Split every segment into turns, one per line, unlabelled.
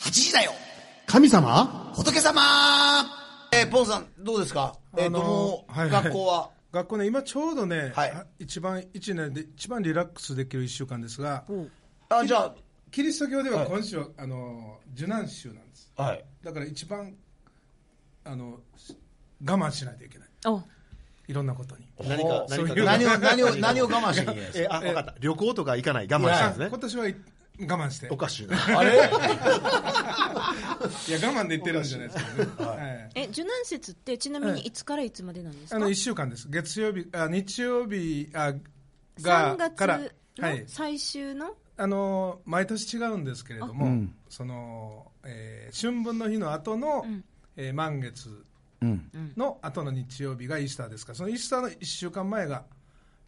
8時だよ
神様
仏様えー、ポンさん、どうですか、えーと、
あの
もう、
ーはいはい
学校は。
学校ね、今ちょうどね、
はい
一番一年で一番リラックスできる1週間ですが、
あ、じゃ
キリスト教では今週は、あの受難週なんです、
あ、はい。
だから一番あの我慢しないといけない、
お
いろんなことに。
何か、
そう
何か
い
何
う
を、何を、何を我慢しなきゃいけないです
え、あ、わかった。旅行とか行かない。我慢した
あ
んですね
今。年はい我慢して、
おかしいな。
かあれ
いや、我慢で言ってるんじゃないですけどね、はい
え受難節ってちなみにいつからいつまでなんです
あ
か
の1週間です、月曜日、あ日曜日あ
3
が
月
から、は
の
い
最終の
あの、毎年違うんですけれども、そのえー春分の日の後の、えー満月
うん。
の後の日曜日がイースターですから、そのイースターの1週間前が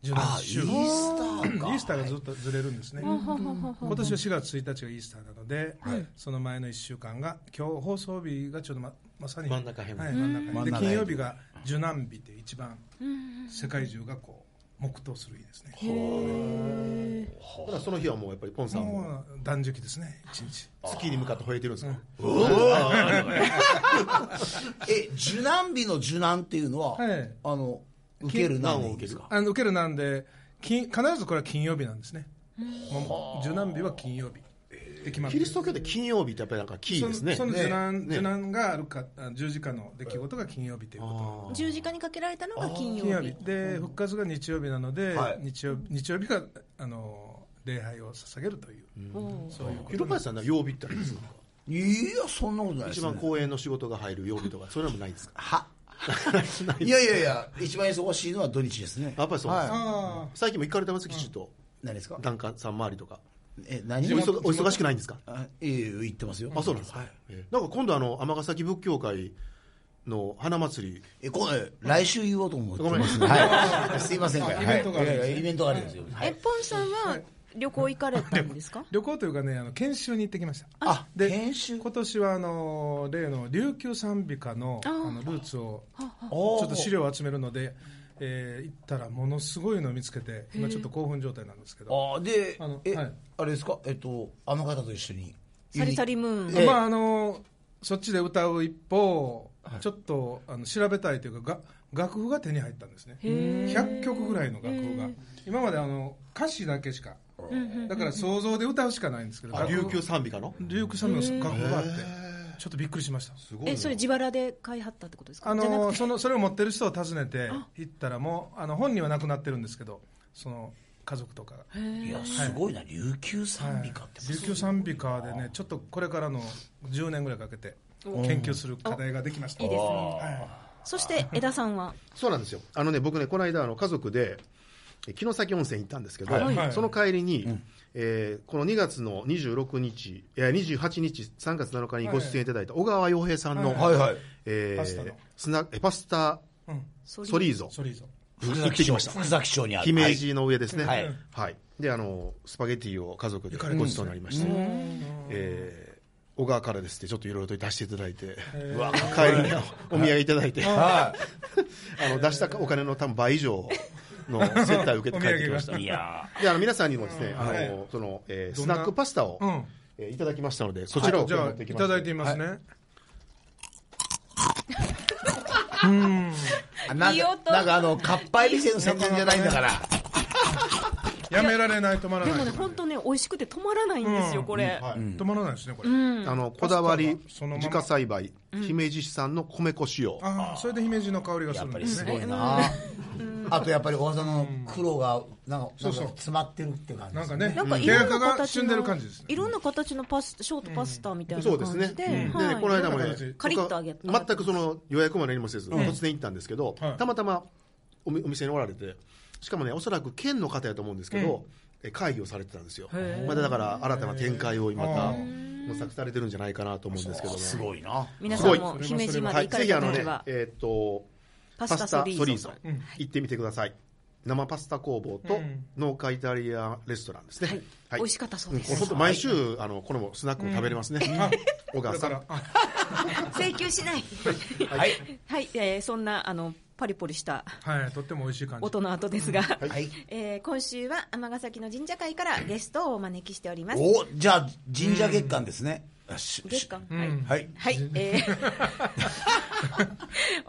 17週、イースターがイースターがずっとずれるんですね、今年は4月1日がイースターなので、その前の1週間が、今日放送日がちょうどままさに
真ん中辺
はい、真ん中辺で
うん
金曜日が受難日で、一番世界中がこう黙祷する日ですね、
だからその日はもうやっぱりポンさんも
もう断食ですね、一日。
月に向かって吠えてるんですか。
え、受難日の受難っていうのは、
はい
あの、受ける難を受ける
あの受けるなんで金必ずこれは金曜日なんですね、もう受難日は金曜日で決まって
キ
る
リスト教って金曜日ってやっぱりなんかキーですね。
そのその受難,、
ね
受難があるかあ十字架の出来事が金曜日ということ
十字架にかけられたのが金曜
金曜
日
日で復活が日曜日なので、
はい
日曜日曜日があの礼拝を捧げるという、そういうこ
広林さんは曜日ってあるんですか
いや、そんなことないで
一
す、ね
番。公演の仕事が入る曜日とか、そういうのもないですか
は。いやいやいや、一番忙しいのは土日ですね。
やっぱりそうです
はい
あ
最近も行かれてます、きちっと。
何ですか
ダンカンさん周りとか。
え、
お
何
忙お忙しくないんですか
あええ言ってますよ。
あ、そうなんですか。えなんか今度あの、尼崎仏教会の花祭り、
え、これ、来週言おうと思って
ごめん
ます。はい。すいませんから。
イベントがあるんです
はいい
ね
やいやイベントがあるんですよ。は
え
い。
ポンさんは旅行行かれたんですか
ー旅行というかねあの研修に行ってきました
あ、
で
研修
今年はあの例の琉球賛美歌のあのルーツを
ち
ちょっと資料を集めるので、えー行ったらものすごいのを見つけて、今ちょっと興奮状態なんですけど、
あーで
あの
え、
はい
あれですかえっとあの方と一緒に
サリサリムーン
ええ
まああのそっちで歌う一方、ちょっとあの調べたいというか、が楽譜が手に入ったんですね、100曲ぐらいの楽譜が、今まであの歌詞だけしか、だから想像で歌うしかないんですけど、
あ
楽譜
琉球賛美かの
琉球さんの楽譜があって、ちょっとびっくりしました。
すごい
え
な。
それ自腹で買いはったってことですか
あ
じゃな
の
くて
そのそれを持ってる人を訪ねて行ったらもうあの本人は亡くなってるんですけどその家族とかが
いやすごいな琉球賛美歌って
琉球賛美歌でね、ちょっとこれからの10年ぐらいかけて研究する課題ができました。
いいですね
はい
そして江田さんは
そうなんですよ。あのね、僕ね、この間、あの、家族で、え城崎温泉行ったんですけど、
はい
その帰りに、えーこの2月の26日、いや、28日、3月7日にご出演いただいた小川洋平さんの、
はいはい
えー
パスタの
スナえパスタ
うん、
ソ
ソリーゾ。
それ以上。
福
行って
崎
き
町
ました
福崎町にある
姫路の上ですね。
は
はいい。で、あの、スパゲティを家族でごちそうになりました。えー小川からですって、ちょっといろいろと出していただいて、うわ帰りにおお土産いただいて、あの、出したお金の多分倍以上の接待を受けて帰ってき ました。
はいいや
で、あの、皆さんにもですね、あの、
はい
その、えー
ど
ス
んな
ナックパスタを、
うん
えーいただきましたので、そちらを
じ
今日
ゃ
持
あ
って
い
きました
だいてみますね。
ーなん
いい
か
音
なんかあのかっぱえびせの宣伝じゃないんだから
やめられない止まら
で
ない。
もね本当ね美味しくて止まらないんですよこれ
はい
止まらないですねこれ。
あの、こだわり
パスタがその、まま
自家栽培、姫路市産の米粉使用。
ああそれで姫路の香りがす
やっ
るん
ぱ
で
り
す
す
ね。
ごいなあとやっぱりお技の黒がなんかなん
う
か
そう
詰まってるっていう感じ
な
で
ん
す
か
ね
ね、
なんかい
手
ろん
垢
な
が
形
死んでる
の
感じですね。
いろんな形のパスショートパスタみたいな
そう
感
です
じ
ね。
で
でね、
はい
この間もね、
カリッと揚げ
僕は全くその予約も何もせず、突然行ったんですけど、
はい
たまたまおみお店におられて、しかもね、おそらく県の方やと思うんですけど、え会議をされてたんですよ。まだだから新たな展開をまた模索されてるんじゃないかなと思うんですけども。
すごいな
皆さんも
すご
姫
い
路まで
は
行
い、
か
ぜ
れ
ひあ
た
の
時
ね
は、
えーっと、
パスタソリーゾ
パスタソリーゾ行ってみてください。生パスタ工房と農家イタリアンレストランですね。はい
美味しかったそうです
ん本当毎週、あの、これもスナックも食べれますね。小川
だ
さ
か
ん
ら。あ
請求しない
はい
はい、えーそんなあのパリポリした
はいとっても美味しい感じ。
音の後ですが、
はい
えー今週は尼崎の神社会からゲストをお招きしております。
おじゃあ神社月間ですねし
月
し
間
うん
はい、
はい。
はい、えー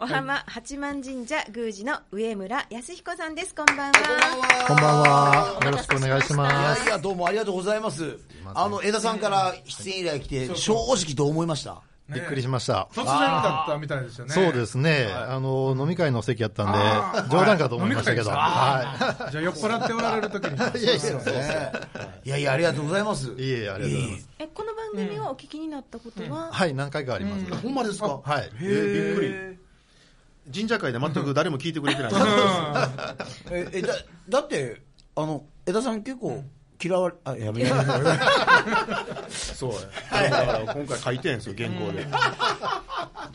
お浜八幡神社宮司の上村康彦さんです。こんばんは。
こんばんは。よろしくお願いし
い
ま
や
す。
いや、どうもありがとうございます。あの、江田さんから出演依頼来て、正直どう思いました
ね
びっくりしました。
突然だったみたいですよね。
そうですね。あの、飲み会の席やったんで、冗談かと思いましたけど。は
はい。じゃあ酔っ払っておられる時に。
い。いやいや、
そうそう
ねいやいや、ありがとうございます。
いえいえありがとうございます
す。
え、この番組をお聞きになったことは、
はい、何回かあります。
ほんまですか
はい。
えーびっくり神社会で全く誰も聞いてくれてない
ええだだって、あの、江田さん結構嫌われ、あ、やめやめやめ。
そうやだから今回書いてんすよ原稿で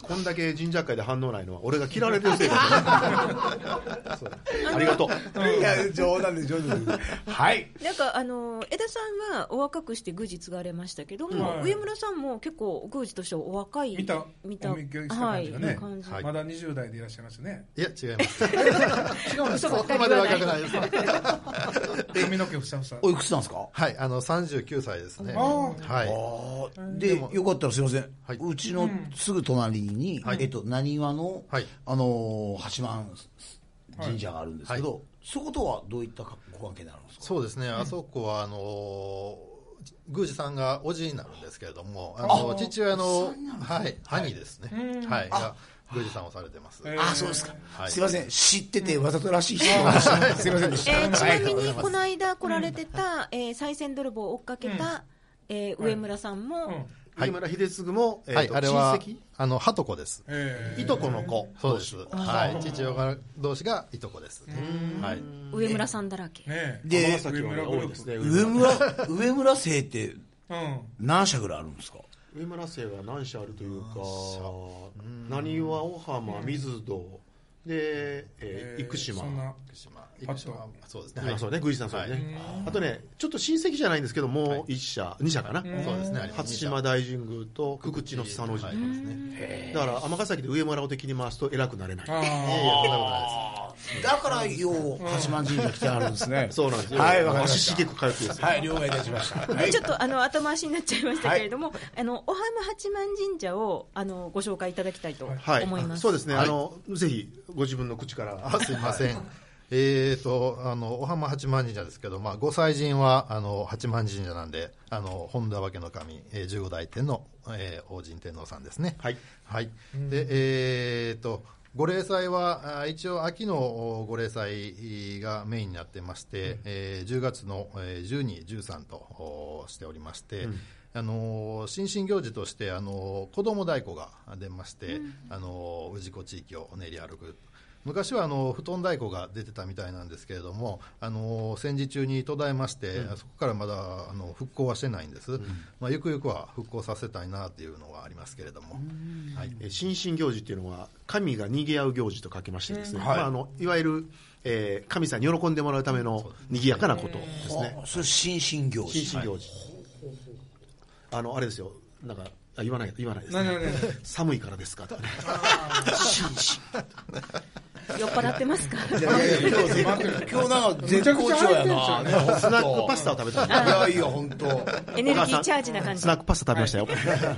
こんだけ神社会で反応ないのは俺が嫌われてるせいだ、 ね、そうありがとう
いや、冗談で冗談で。はい。
なんかあの江田さんはお若くして宮司継がれましたけども、
はい
上村さんも結構宮司としてはお若い
見た、
見
お見受けした感じが
はい
ね
感じ。
はい
まだ20代でいらっしゃいますね。
いや、違います。
嘘ば
そ
っか
こ
り
ま
言
で
わない
若くないです。
髪の毛ふさふさ。
おいくつなんですか
はい、あの、39歳ですね。
あー
は
ああ、で、よかったらすいません。
はいう
ちのすぐ隣に、えっと、何話の、
はい
あのー、八幡神社があるんですけど、
は
そことはどういったご関係になるんです
い。
か
そうですね、あそこは、あの、宮司さんがおじになるんですけれども、あの、父親の、はい、兄ですね。はい、が宮司さんをされてます。
えー
あ、そうですか。
はい
すいません。知っててわざとらしい人でした。すいませんでし
え
た。
ーちなみにこの間来られてた、えー、再選泥棒を追っかけた、えー上村さんも、
うん
上村秀次も、えーと
はい、あれは
親戚、
あの、はとこです。
えー
いとこの子
そうです。はい、父親同士がいとこです。はい。
上村さんだらけ、
ねえ
で、
紫はね多いですね
上村、上村姓って
うん。
何社ぐらいあるんですか
上村姓が何社あるというか何は小浜水戸で、えー、生島、
そんな
福島
あと
そうですね。は
あ
い
そうね、宮司さんそうね、あとね、ちょっと親戚じゃないんですけども、一社、二社かな、
そうですね。
初島大神宮と久口の
久
佐野
は
神
い
宮、
ですね。
だから尼崎で上村を敵に回すと偉くなれない、
あ
いやい
ー
や、そんなことないで
だから、よう、八幡神社来てあるんですね。
そうなんですよ、
はい、わかりま
足
し。
したげく通ってですよ、
はい、了解いたしました。はい
ちょっとあの後回しになっちゃいましたけれども、あのお浜八幡神社をあのご紹介いただきたいと思い
はい、
ます。
そうですね、あのぜひご自分の口から、
す。あ、すいません。えーと、あの、お浜八幡神社ですけど、まあ、ご祭神は、あの、八幡神社なんで、あの、本田分の神、えー、十五代天皇、えー、王神天皇さんですね。
はい。
はい。で、えーと、ご例祭は、あー一応秋のおご例祭がメインになってまして、えー10月のえー12、13とおしておりまして、あのー新進行事として、あのー子供太鼓が出まして、あのー氏子地域を練り歩く。昔はあの布団太鼓が出てたみたいなんですけれども、あの戦時中に途絶えまして、そこからまだあの復興はしてないんです、まあ、ゆくゆくは復興させたいなっていうのはありますけれども、はい、
えー新進行事っていうのは、神が逃げ合う行事と書きましてですね、
うん
ま
はい
あ、あのいわゆる、えー神さんに喜んでもらうための賑やかなことですね。
あそれ、新進行
新
事。
進行事、あのあれですよなんかあ言わない言わないです、
何々
ね、寒いからですかとかね
酔っ払ってますか。
いやいや、今日、今日なんか絶好調やな。ね
スナックパスタを食べたん
い
で
やいや、本当。
エネルギーチャージな感じ。
スナックパスタ食べましたよ、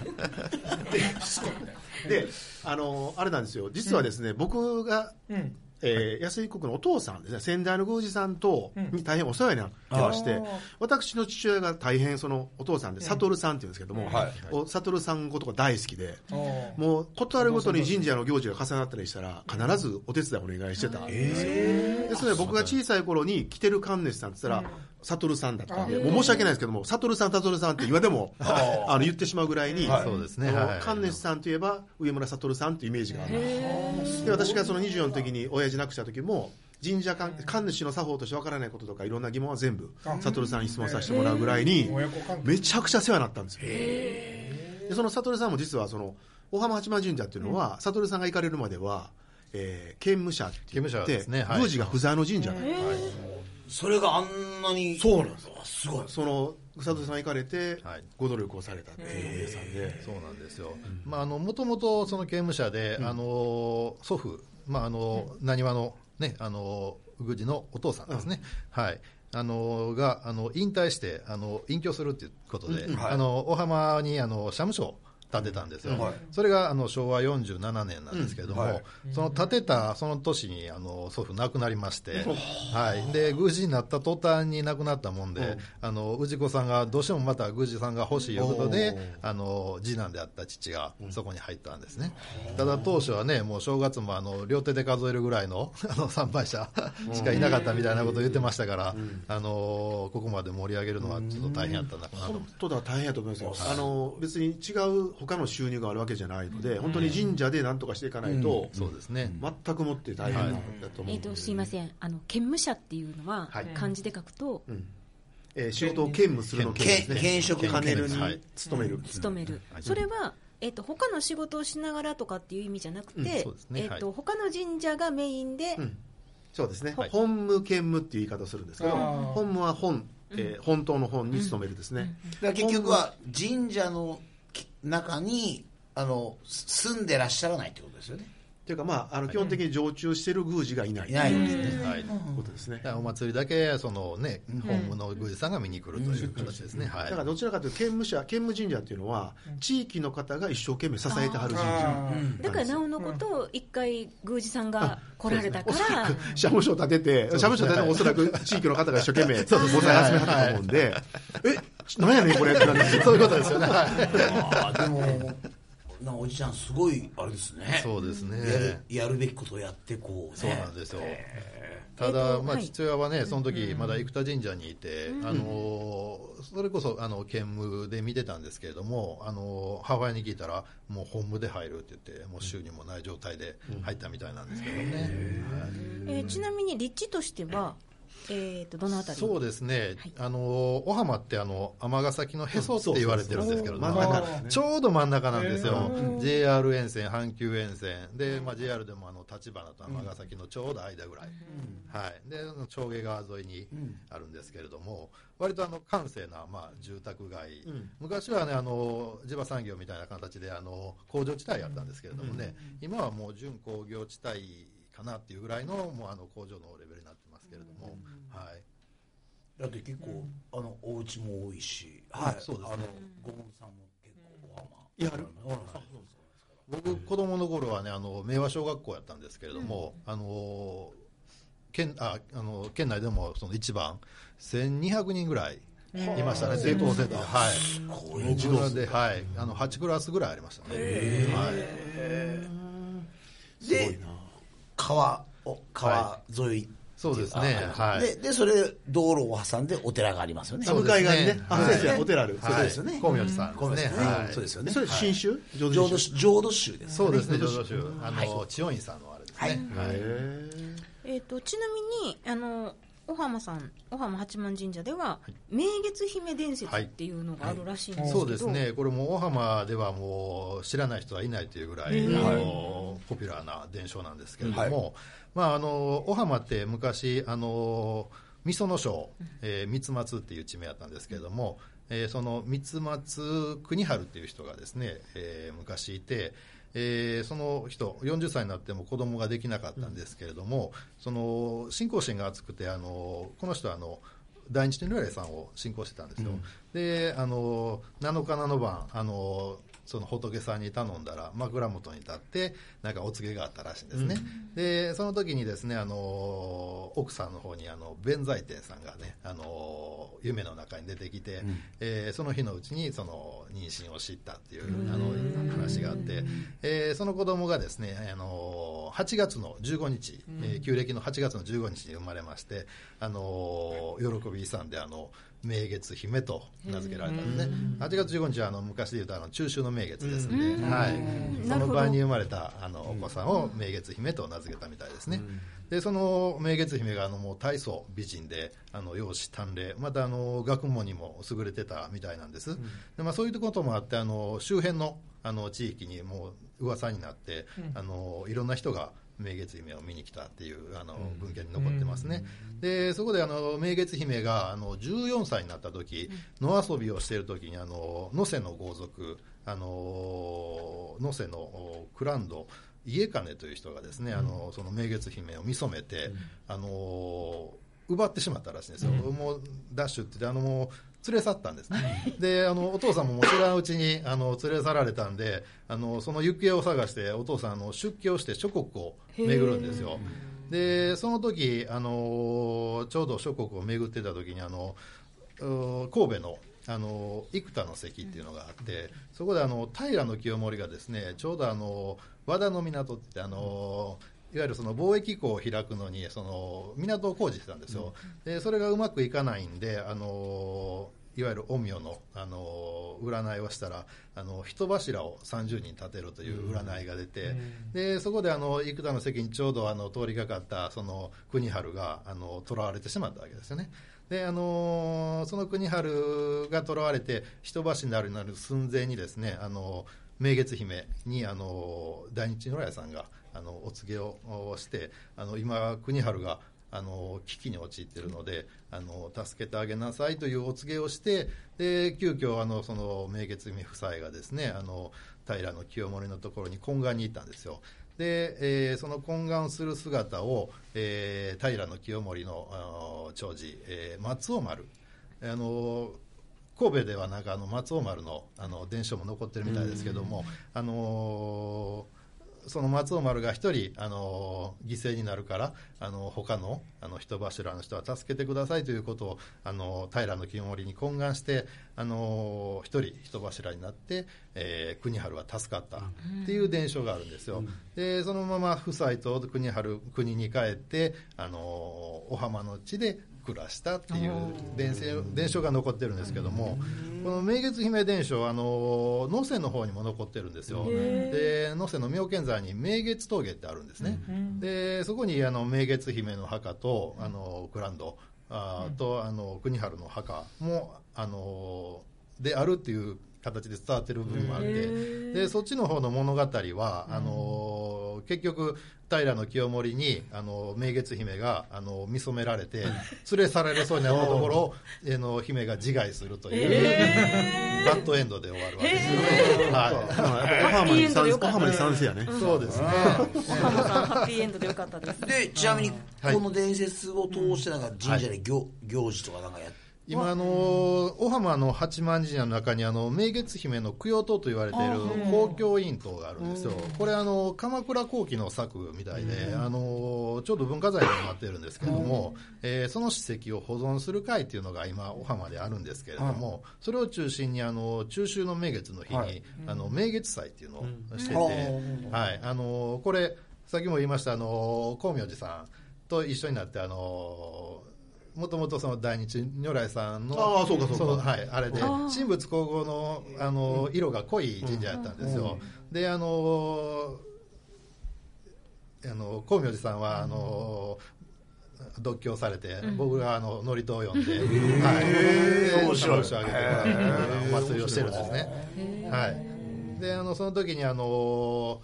であのあれなんですよ実はですね、僕が、
うん。
えー安井国のお父さんですね先代の宮司さんと、に大変お世話になってまして、私の父親が大変そのお父さんで悟さんっていうんですけども、お悟さんのことが大好きで、
おー
もう断るごとに神社の行事が重なったりしたら必ずお手伝いお願いしてたんですよ、ですので僕が小さい頃に来てる神主さんって言ったら、悟さんだったんでもう申し訳ないですけども悟さん悟さんって今で も あの言ってしまうぐらいに、
いそうですね
あの
はい
神主さんといえば上村悟さんというイメージがあるで私がその24の時に親父亡くした時も神社神神主の作法としてわからないこととかいろんな疑問は全部悟さんに質問させてもらうぐらいに
親子関係。
めちゃくちゃ世話になったんですよでその悟さんも実はその大浜八幡神社っていうのは、悟さんが行かれるまでは、えー、兼務者って言っ
兼務者
て、
ですねはい
宮司が不在の神社なんです、
それがあんなに。そうなんですすごい。
その悟さんが行かれて、
はい
ご努力をされたっていうさんで、
そうなんですよ、まあ、あのもともとその刑務所で、あの祖父、まああのなにわの,、ね、あの宮司のお父さんですね、はいあのがあの引退してあの隠居するということで、あの大浜にあの社務所を建てたんですよ、それがあの昭和47年なんですけれども、その建てたその年にあの祖父亡くなりまして、はい、で宮司になった途端に亡くなったもんで、あの氏子さんがどうしてもまた宮司さんが欲しいということで、あの次男であった父がそこに入ったんですね、ただ当初はね、もう正月もあの両手で数えるぐらいの あの参拝者しかいなかったみたいなことを言ってましたから、あのここまで盛り上げるのはちょっと大変やったなと思
本当だ、大変やと思いますよ、あの別に違う他の収入があるわけじゃないので、本当に神社でなんとかしていかないと、
そうですね
全くもって大変だと思
えっとすいませんあの兼務者っていうのは
はい
漢字で書くと
うんえー仕事を兼務するの兼務ですね
兼職
兼ねる
は
に
い
勤める、
勤める
はい
それはえっと他の仕事をしながらとかっていう意味じゃなく
うん
て
そうですね
えっ
は
と他の神社がメインで
うんそうですね、
はい
本務兼務っていう言い方をするんですけど
あー
本務は本、えー本当の本に勤めるですね、
だから結局は神社のき中にあのす住んでらっしゃらないってことですよね
というかまああの基本的に常駐してる宮司がいない
いないんですね
はい
ことですね
だからお祭りだけその、ね、本務の宮司さんが見に来るという形ですね、は
だ
い
からどちらかというと兼務者兼務神社っていうのは地域の方が一生懸命支えてはる神社
だからなおのこと一回宮司さんが来られたか
おそら
ら
く社務所建てて、社務所建てておそらく地域の方が一生懸命防 災集めはったと思うんで、え、なんやねんこれってなるんですよ
そういうことですよね、はい
ああでもなんかおじちゃんすごいあれですね
そうですね
やるやるべきことをやってこうね
そうなんですよ、
え
た
っと
だ、まあ、
はい
父親はね、その時まだ生田神社にいて、あのそれこそあの兼務で見てたんですけれども、あの母親に聞いたら、もう本務で入るって言って、もう収入もない状態で入ったみたいなんですけどね、はい
えーちなみに立地としてはえっとどのあたり
そうですね、あの小浜ってあの尼崎のへそって言われてるんですけ
そ
ど、
うそうそう真ん中ですね
ちょうど真ん中なんですよ、
へ
JR 沿線、阪急沿線、でまあ、JR でもあの立花と尼崎のちょうど間ぐらい、はい、で長毛川沿いにあるんですけれども、割とあの閑静な、まあ、住宅街、
ん
昔はねあの地場産業みたいな形であの工場地帯やったんですけれどもね、今はもう準工業地帯かなっていうぐらいのもうあの工場のレベルになってますけれども。はい
だって結構あのお家も多いしはい
そうですね
あのご門さんも結構お
いや
浜ほらほら
僕子供の頃はねあの明和小学校やったんですけれども、あの県ああの県内でもその一番1200人ぐらいいましたね生徒生徒はい
こういう
自動ではいあの8クラスぐらいありましたね、はい、
で川を川沿い、
そうですねはい
ででそれ道路を挟んでお寺がありますよね
そう
向
です
かい側にね
ね、
あ、
はい
先生、お寺ある。
はい
そうですよね
光明寺さんですねはい
そうですよ
で
ね
それ、新州浄
浄土
州。
宗浄土宗です
そうですね浄土宗あの千代院さんのあれですねはい、
えー、とちなみにあの小浜さん小浜八幡神社では明月姫伝説っていうのがあるらしいんですけど、
そうですね、これも大浜ではもう知らない人はいないというぐらい、あのポピュラーな伝承なんですけれども、まあ、あの大浜って昔、あの味噌の省、えー、三松っていう地名だったんですけれども、えーその三松国春っていう人がですね、えー昔いて、えーその人、40歳になっても子供ができなかったんですけれども、その信仰心が厚くて、あのこの人はあの大日天領礼さんを信仰してたんですよ、であの7日7晩あのその仏さんに頼んだら枕元に立ってなんかお告げがあったらしいんですね、でその時にですねあの奥さんの方にあの弁財天さんがねあの夢の中に出てきて、えーその日のうちにその妊娠を知ったっていうあの話があって、えーその子供がですねあの8月の15日、えー旧暦の8月の15日に生まれましてあの喜び遺産であの明月姫と名付けられたんですね8月15日はあの昔で言うとあの中秋の明月ですんで、はい、
な
そ
るほ
の
ど
場に生まれたあのお子さんを明月姫と名付けたみたいですね、でその明月姫があのもう大層美人であの容姿端麗またあの学問にも優れてたみたいなんです、でまあ、そういうこともあってあの周辺のあの地域にもう噂になって、あのいろんな人が明月姫を見に来たっていうあの文献に残ってますね、でそこであの明月姫があの14歳になった時野遊びをしている時にあの能勢の豪族あの能勢のおクランド家金という人がですね、あのその明月姫を見初めて、あの奪ってしまったらしいんですよ、もうダッシュって言ってあのもう連れ去ったんですねであのお父さんももちろんうちにあの連れ去られたんであのその行方を探してお父さんあの出家をして諸国を巡るんですよでその時あのちょうど諸国を巡ってた時にあのう神戸のあの幾多の関っていうのがあってそこであの平清盛がですねちょうどあの和田の港ってあのいわゆるその貿易港を開くのにその港を工事してたんですよ、でそれがうまくいかないんであのいわゆる陰陽のあの占いをしたらあの人柱を30人立てるという占いが出て、でそこであの幾多の関にちょうどあの通りかかったその国春があの囚われてしまったわけですよね。であのーその国春が囚われて人柱になる寸前にですね、あのー明月姫に、あのー大日如来さんが、あのお告げをおしてあの今国春が、あのー危機に陥っているので、あのー助けてあげなさいというお告げをしてで急遽あのその明月姫夫妻がですね、あの平清盛のところに懇願に行ったんですよ。で、えーその懇願する姿を、えー平清盛のあー長司、えー松尾丸、あのー神戸ではなんかあの松尾丸のあの伝承も残ってるみたいですけども、あのーその松尾丸が一人、あのー犠牲になるから、あのー他のあの人柱の人は助けてくださいということを、あのー平清盛に懇願して、あのー一人人柱になって、えー国春は助かったっていう伝承があるんですよ、でそのまま夫妻と国春国に帰って、あのーお浜の地で暮らしたっていう伝承伝承が残ってるんですけども、この明月姫伝承はあの能勢の方にも残ってるんですよで能勢の妙見山に明月峠ってあるんですね、でそこにあの明月姫の墓とあのグランドあーとあの国春の墓もあのであるっていう形で伝わってる部分もあってでそっちの方の物語はあの結局平清盛にあの明月姫があの見初められて連れ去られそうになったところをあの姫が自害するという、バッドエンドで終わるわけですよね。はい
ハーマに賛成小浜に賛成やね
そうですね。
岡本さんハッピーエンドでよかったです
でちなみに
はい
この伝説を通してなんか神社で行,、行事とかなんかやっ
今あの小浜の八幡神社の中にあの明月姫の供養塔と言われている公共院塔があるんですよ。これあの鎌倉後期の作みたいで、あのちょうど文化財にもなっているんですけども、えーその史跡を保存する会っていうのが今小浜であるんですけれども、それを中心にあの中秋の明月の日に、
はい
あの明月祭っていうのをしてて、
うん
はいあのこれ先も言いましたあの光明寺さんと一緒になってあのもともとその大日如来さんの
ああそうかそうか
のはい、あれで神仏皇后のあの色が濃い神社やったんですよ、であのあの光明寺さんはあの、独居されて、僕があの祝詞を呼んで、はい、面白いをあげてもらうようなお祭りをしてるんですね。はい、であのその時にあの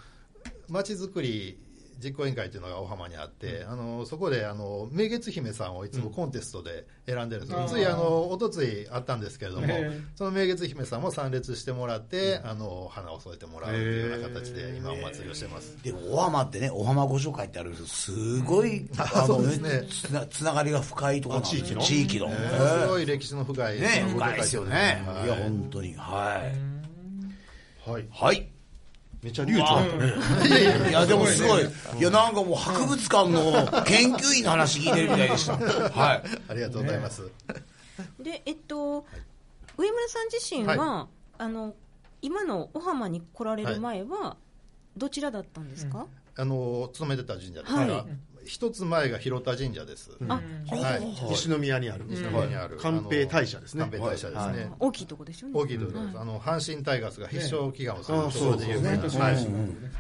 町づくり実行委員会というのが小浜にあって、あのそこであの明月姫さんをいつもコンテストで選んでるんですよ、ついあの一昨日あったんですけれども、その明月姫さんも参列してもらって、あの花を添えてもらうというような形で、今、お祭りをしてます。
でもお浜ってねお浜ご紹介ってあるんですけどすごい、 あ
そ
の
うですね
つなつながりが深いところなんです
あ地域の
地域の、
え
え
ー
え
すごい歴史の深い
ね深いですよね、
はい
い、や本当にはいはい、はい
めっちゃ流暢だったね
いやいやいやでもすごい、いやなんかもう博物館の研究員の話聞いてるみたいでした。はい。
ありがとうございます。
でえっと、上村さん自身は、あの今の小浜に来られる前は、どちらだったんですか、
あの勤めてた神社ですから、
は
一つ前が広田神社です。
あ
はい。
西宮にある
西宮にある
寛平大社ですね
寛平大社ですね。
大きいとこですよね
大きいところです。あの阪神タイガースが必勝祈願をする
ああ
ところで有名な。
そうですね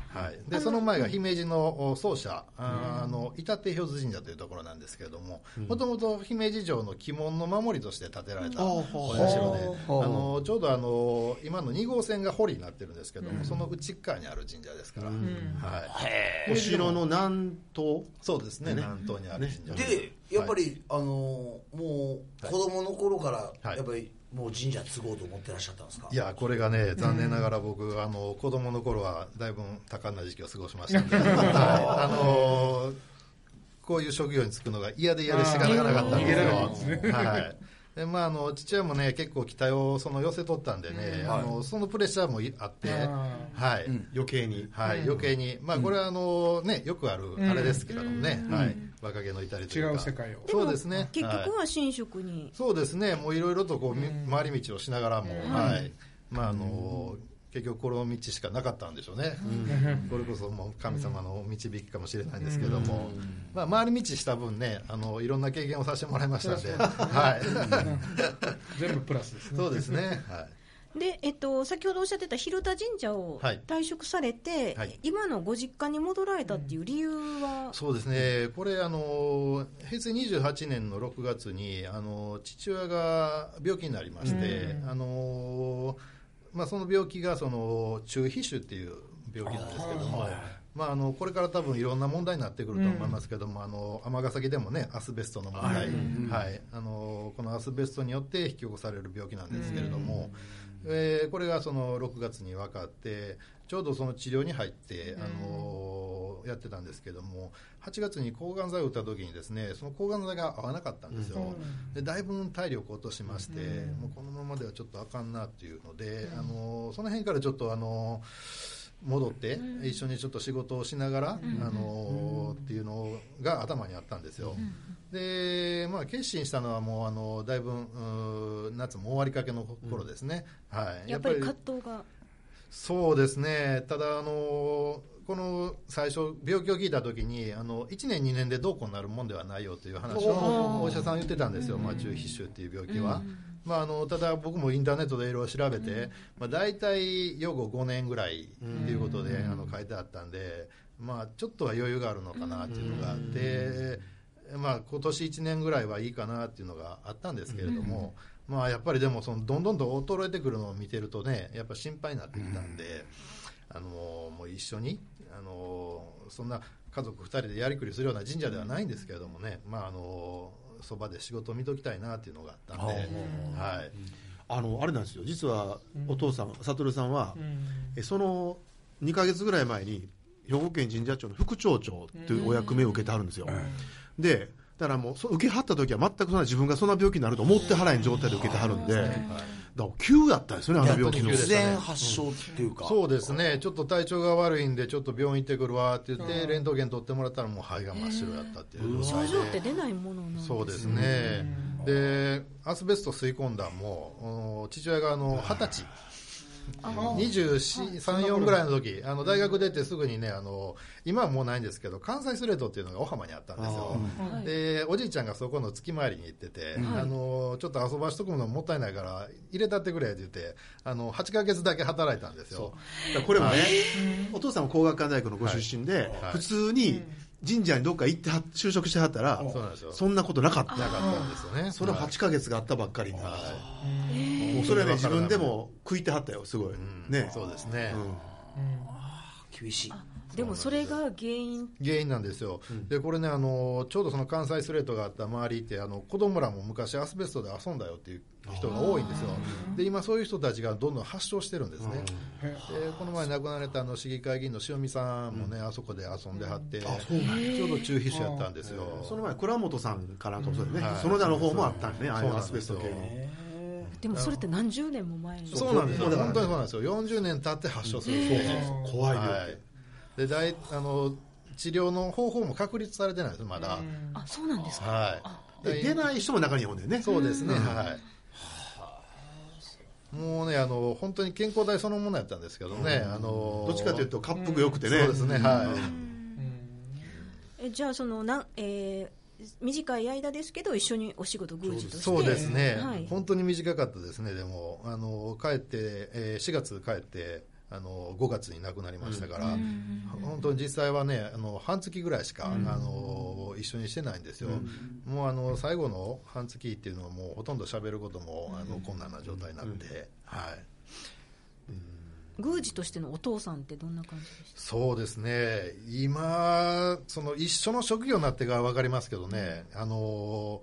はい。はい。でその前が姫路のお奏者、あーあの伊達氷津神社というところなんですけれども、もともと姫路城の鬼門の守りとして建てられたお社で、あのちょうどあの今の2号線が堀になってるんですけども、その内っ側にある神社ですから、はい。
お城の南東
そうですね、南東にある神社
で、やっぱり、あのーもう子供の頃から、
はい
やっぱりもう神社継ごうと思ってらっしゃったんですか。
いやこれがね残念ながら僕あの子 供の頃はだいぶ多感な時期を過ごしましたんではいあのこういう職業に就くのが嫌で嫌で仕方がなかったんですよ。はいでまあ、あの父親もね結構期待をその寄せ取ったんでね、あのそのプレッシャーもあって、はい
余計に
はい、余計に、まあ、これはあの、ね、よくあるあれですけれどもね、はい、若気の至りというか
違う世界を
そうですね
結
はい
局は新職に、
そうですね、もういろいろとこう、み回り道をしながらも、はいまああの結局、この道しかなかったんでしょうね、これこそもう神様の導きかもしれないんですけども、まあ、回り道した分ねあの、いろんな経験をさせてもらいましたんで、は
全部プラスです
い、
ね
そうですね、は
で、えっと、先ほどおっしゃってた広田神社を
はい
退職されて、
はい
今のご実家に戻られたっていう理由は、
い、そうですね、これあの、平成28年の6月にあの、父親が病気になりまして、あのまあ、その病気がその中皮腫っていう病気なんですけども。まあ、あのこれから多分いろんな問題になってくると思いますけども、あの尼崎でもねアスベストの問題、はい、あのこのアスベストによって引き起こされる病気なんですけれども、えーこれがその6月に分かってちょうどその治療に入って、あのやってたんですけども8月に抗がん剤を打った時にですねその抗がん剤が合わなかったんですよ、でだいぶ体力を落としまして、もうこのままではちょっとあかんなっていうので、あのその辺からちょっとあの戻って一緒にちょっと仕事をしながら、あのーっていうのが頭にあったんですよ、で、まあ、決心したのはもうあのだいぶうー夏も終わりかけの頃ですね、はい、
やっぱり葛藤が、
そうですね、ただ、あのこの最初、病気を聞いたときにあの、1年、2年でどうこうなるもんではないよという話をお医者さん言ってたんですよ、まあ、中皮腫っていう病気は。まあ、あのただ、僕もインターネットでいろいろ調べて、まあ、大体、予後5年ぐらいということで、あの書いてあったんで、まあ、ちょっとは余裕があるのかなっていうのがあって、まあ、今年1年ぐらいはいいかなっていうのがあったんですけれども、まあ、やっぱりでもそのどんどんと衰えてくるのを見てるとねやっぱ心配になってきたんで、あのもう一緒に、あのそんな家族2人でやりくりするような神社ではないんですけれどもね、まあ、あのそばで仕事を見ときたいなっていうのがあったんで、はい、
あのあれなんですよ実はお父さん悟さんは
うん
えその2か月ぐらい前に兵庫県神社庁の副町長というお役目を受けてはるんですよ、でだからもうそ受けはった時は全くそんな自分がそんな病気になると思ってはらへん状態で受けてはるんで、だから急やったんですよねあの病気の
突然発症っていうか、
そうですね、ちょっと体調が悪いんで、ちょっと病院行ってくるわって言って、レントゲン取ってもらったら、もう肺が真っ白やったっていう状態
症
で
状って出ないものなんです
そうですね、でアスベスト吸い込んだんもお父親があの二十歳。23、4ぐらいの時あの大学出てすぐにねあの今はもうないんですけど関西スレッドっていうのが小浜にあったんですよでおじいちゃんがそこの月回りに行ってて、あのちょっと遊ばしとくのもったいないから入れたってくれって言ってあの8ヶ月だけ働いたんですよ
だからこれもね、お父さんも工学館大学のご出身で、
はい
普通に神社にどっか行っては就職してはったら、
そうなんですよ
そんなことなかった、
なかったんですよね
それ
はい
8か月があったばっかりに、
い
もうそれはね、自分でも食いてはったよ、すごい、
うん
ね、
そうですね、
うん
厳しい。
でもそれが原因
原因なんですよ、でこれねあの、ちょうどその関西スレッドがあった周りって、あの子供らも昔、アスベストで遊んだよっていう人が多いんですよ、で今、そういう人たちがどんどん発症してるんですね、でこの前亡くなられたあの市議会議員の塩見さんもね、あそこで遊んではって、ちょうど中皮腫やったんですよ。
その前、倉本さんかなんかもそうだよね、
はい
その他の方もあったんね、ああい
そう
う
なん
ア
です
ス
よ
ベスト系に。
でもそれって何十年も前に
そうなんですよ、
そう
本当にそうなんですよ、40年経って発症するんで、
怖いよ、
はい、で大あの治療の方法も確立されてないです、まだ。
あそうなんですか
はい、
で出ない人も中におんだよね。
そうですね、はい。もうね、あの、本当に健康体そのものやったんですけどね、あの。
どっちかというと、滑腹良くてね。
そうですね、はい。
えじゃあそのなん、えー短い間ですけど一緒にお仕事宮司として
そうですね、
はい、
本当に短かったですね、でも、あの、帰って、えー4月帰って。あの5月に亡くなりましたから、本当に実際はねあの半月ぐらいしか、あの一緒にしてないんですよ、もうあの最後の半月っていうのはもうほとんど喋ることもあの困難な状態になって、はい、
宮司としてのお父さんってどんな感じでし
そうですね、今、その一緒の職業になってから分かりますけどね、あの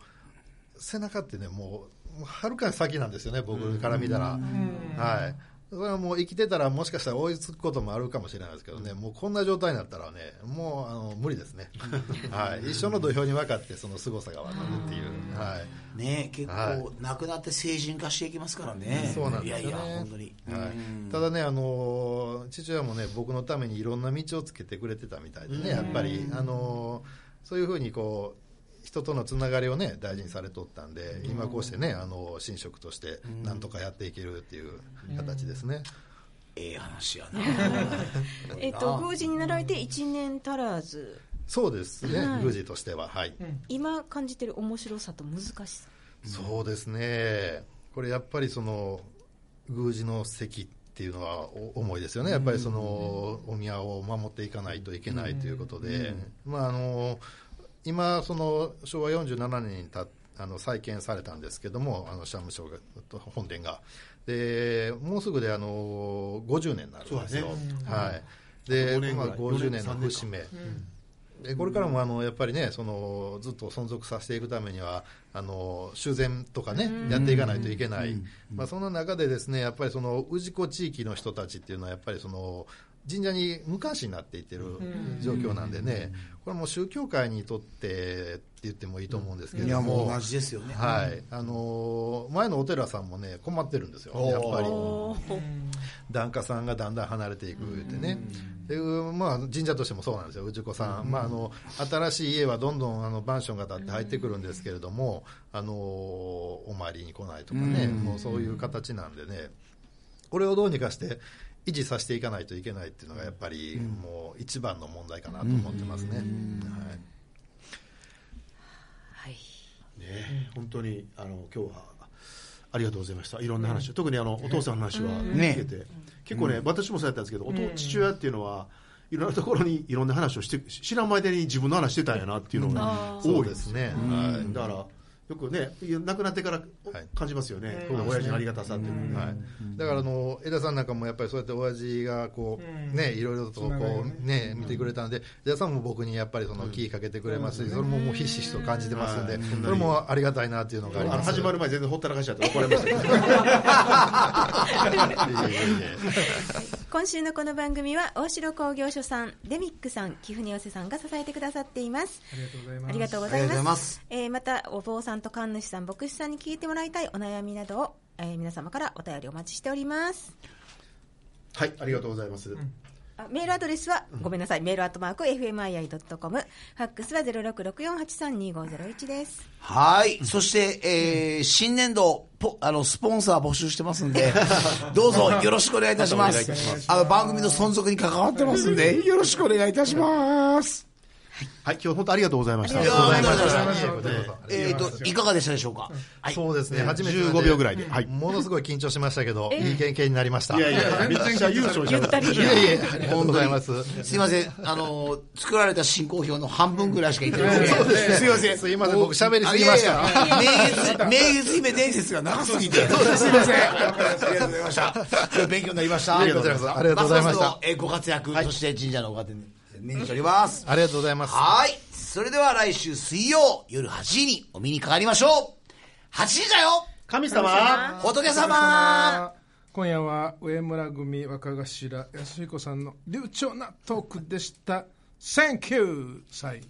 背中ってね、もう、はるかに先なんですよね、僕から見たら。はいそれはもう生きてたらもしかしたら追いつくこともあるかもしれないですけどね、もうこんな状態になったらね、もうあの無理 ですね、はい、一緒の土俵に分かって、その凄さが分かるっていう、はい
ね結
は
構
い
なくなって成人化していきますからね。
そうなん
い
で
や
す
い
よね
や本当に。
はい、ただね、あの父親もね、僕のためにいろんな道をつけてくれてたみたいでね、やっぱり、あのそういうふうにこう、人とのつながりをね、大事にされとったんで、今こうしてね、あの神職として、なんとかやっていけるっていう形ですね。
ええ話やな。
えっと宮司になられて一年足らず
そうですね、宮司としては、はい。
今感じてる面白さと難しさ
そうですね、これやっぱりその宮司の席っていうのはお重いですよね、やっぱりそのお宮を守っていかないといけないということで、まああの今、その昭和47年にたあの再建されたんですけども、あの社務所が本殿が。でもうすぐであの50年になるんですよ。
そう
はい、
あと
で
五年ぐ
ま
らい
あ、50年
四
の
年
節目、でこれからもあのやっぱりねそのずっと存続させていくためにはあの修繕とかねやっていかないといけない、まあ、そんな中でですねやっぱりその氏子地域の人たちっていうのはやっぱりその神社に無関心になっていってる状況なんでね、これもう宗教界にとってって言ってもいいと思うんですけ
い
れ
や
ど
も
も、
う同じですよね。
はいあのー前のお寺さんもね困ってるんですよ、やっぱり檀家さんがだんだん離れていくってね。でまあ、神社としてもそうなんですよ、氏子さん、まああの、新しい家はどんどんあのマンションが建って入ってくるんですけれども、あのーお参りに来ないとかね、もうそういう形なんでね、これをどうにかして維持させていかないといけないっていうのが、やっぱりもう一番の問題かなと思ってますね。はい
はい
ね、本当にあの今日はありがとうございましたいろんな話を、特にあのお父さんの話は
ね
聞けて、結構ね、私もそうやったんですけど、お父父親っていうのはいろんなところにいろんな話をして知らん間に自分の話してたんやなっていうのが
そ
多い
うで
です
す
ね、
ね、
は
はい
い、だからよくね亡くなってから
はい
感じますよね、この親父のありがたさっていうのね
はい、だからあの江田さんなんかもやっぱりそうやって親父がこう、ね、いろいろとこ
つながりを
う
ね、
ね見てくれたんで江田さんも僕にやっぱりその気かけてくれますし、それももうひしひしと感じてますんで、それもありがたいなっていうのがあり
あの
ます。
始まる前全然ほったらかしちゃって怒られましたけど
いえいえいえ
今週のこの番組は大城工業所さんデミックさん貴船寄せさんが支えてくださっています
ありがとうございます
ありがとうご
あ
ざ
り
い
がとうござい
ますま
ます。
えーまたお坊さんと神主さん牧師さんに聞いてもらいたいお悩みなどを、えー皆様からお便りお待ちしております
はいありがとうございます、
あメールアドレスは、ごめんなさい、メールアットマーク、fmii.com、ファックスは0664832501です。
はい。そして、えー、新年度、ポあの、スポンサー募集してますん で、どうぞよろしくお願いいたします。あの、番組の存続に関わってますん で、よろしくお願いいたします。
はい今日本当ありがとうございました
いやーありがとうございました
え
えっ、と、いかがでしたでしょうかはい。
そうですね、初めてなんで
15秒ぐらいで、はい、
ものすごい緊張しましたけど、いい経験になりました。
いやいや、めっちゃ優勝じゃない
いやいやありがとうございます。
すいません。あのー作られた進行表の半分ぐらいしか言ってない。そう ですね。すいません。
すいません僕喋りすぎました
あいやいや名月、名月姫伝説が長すぎて。そうです。すいません。ありがとうございました。勉強になりました。
いえこちらこそありがとうござい
すま
ました
すのえーご活躍、そして神社のご活躍、念じております。
ありがとうございます。
はい。それでは来週水曜夜8時にお目にかかりましょう。8時だよ
神様
仏様
今夜は上村組若頭安彦さんの流暢なトークでした Thank you! さい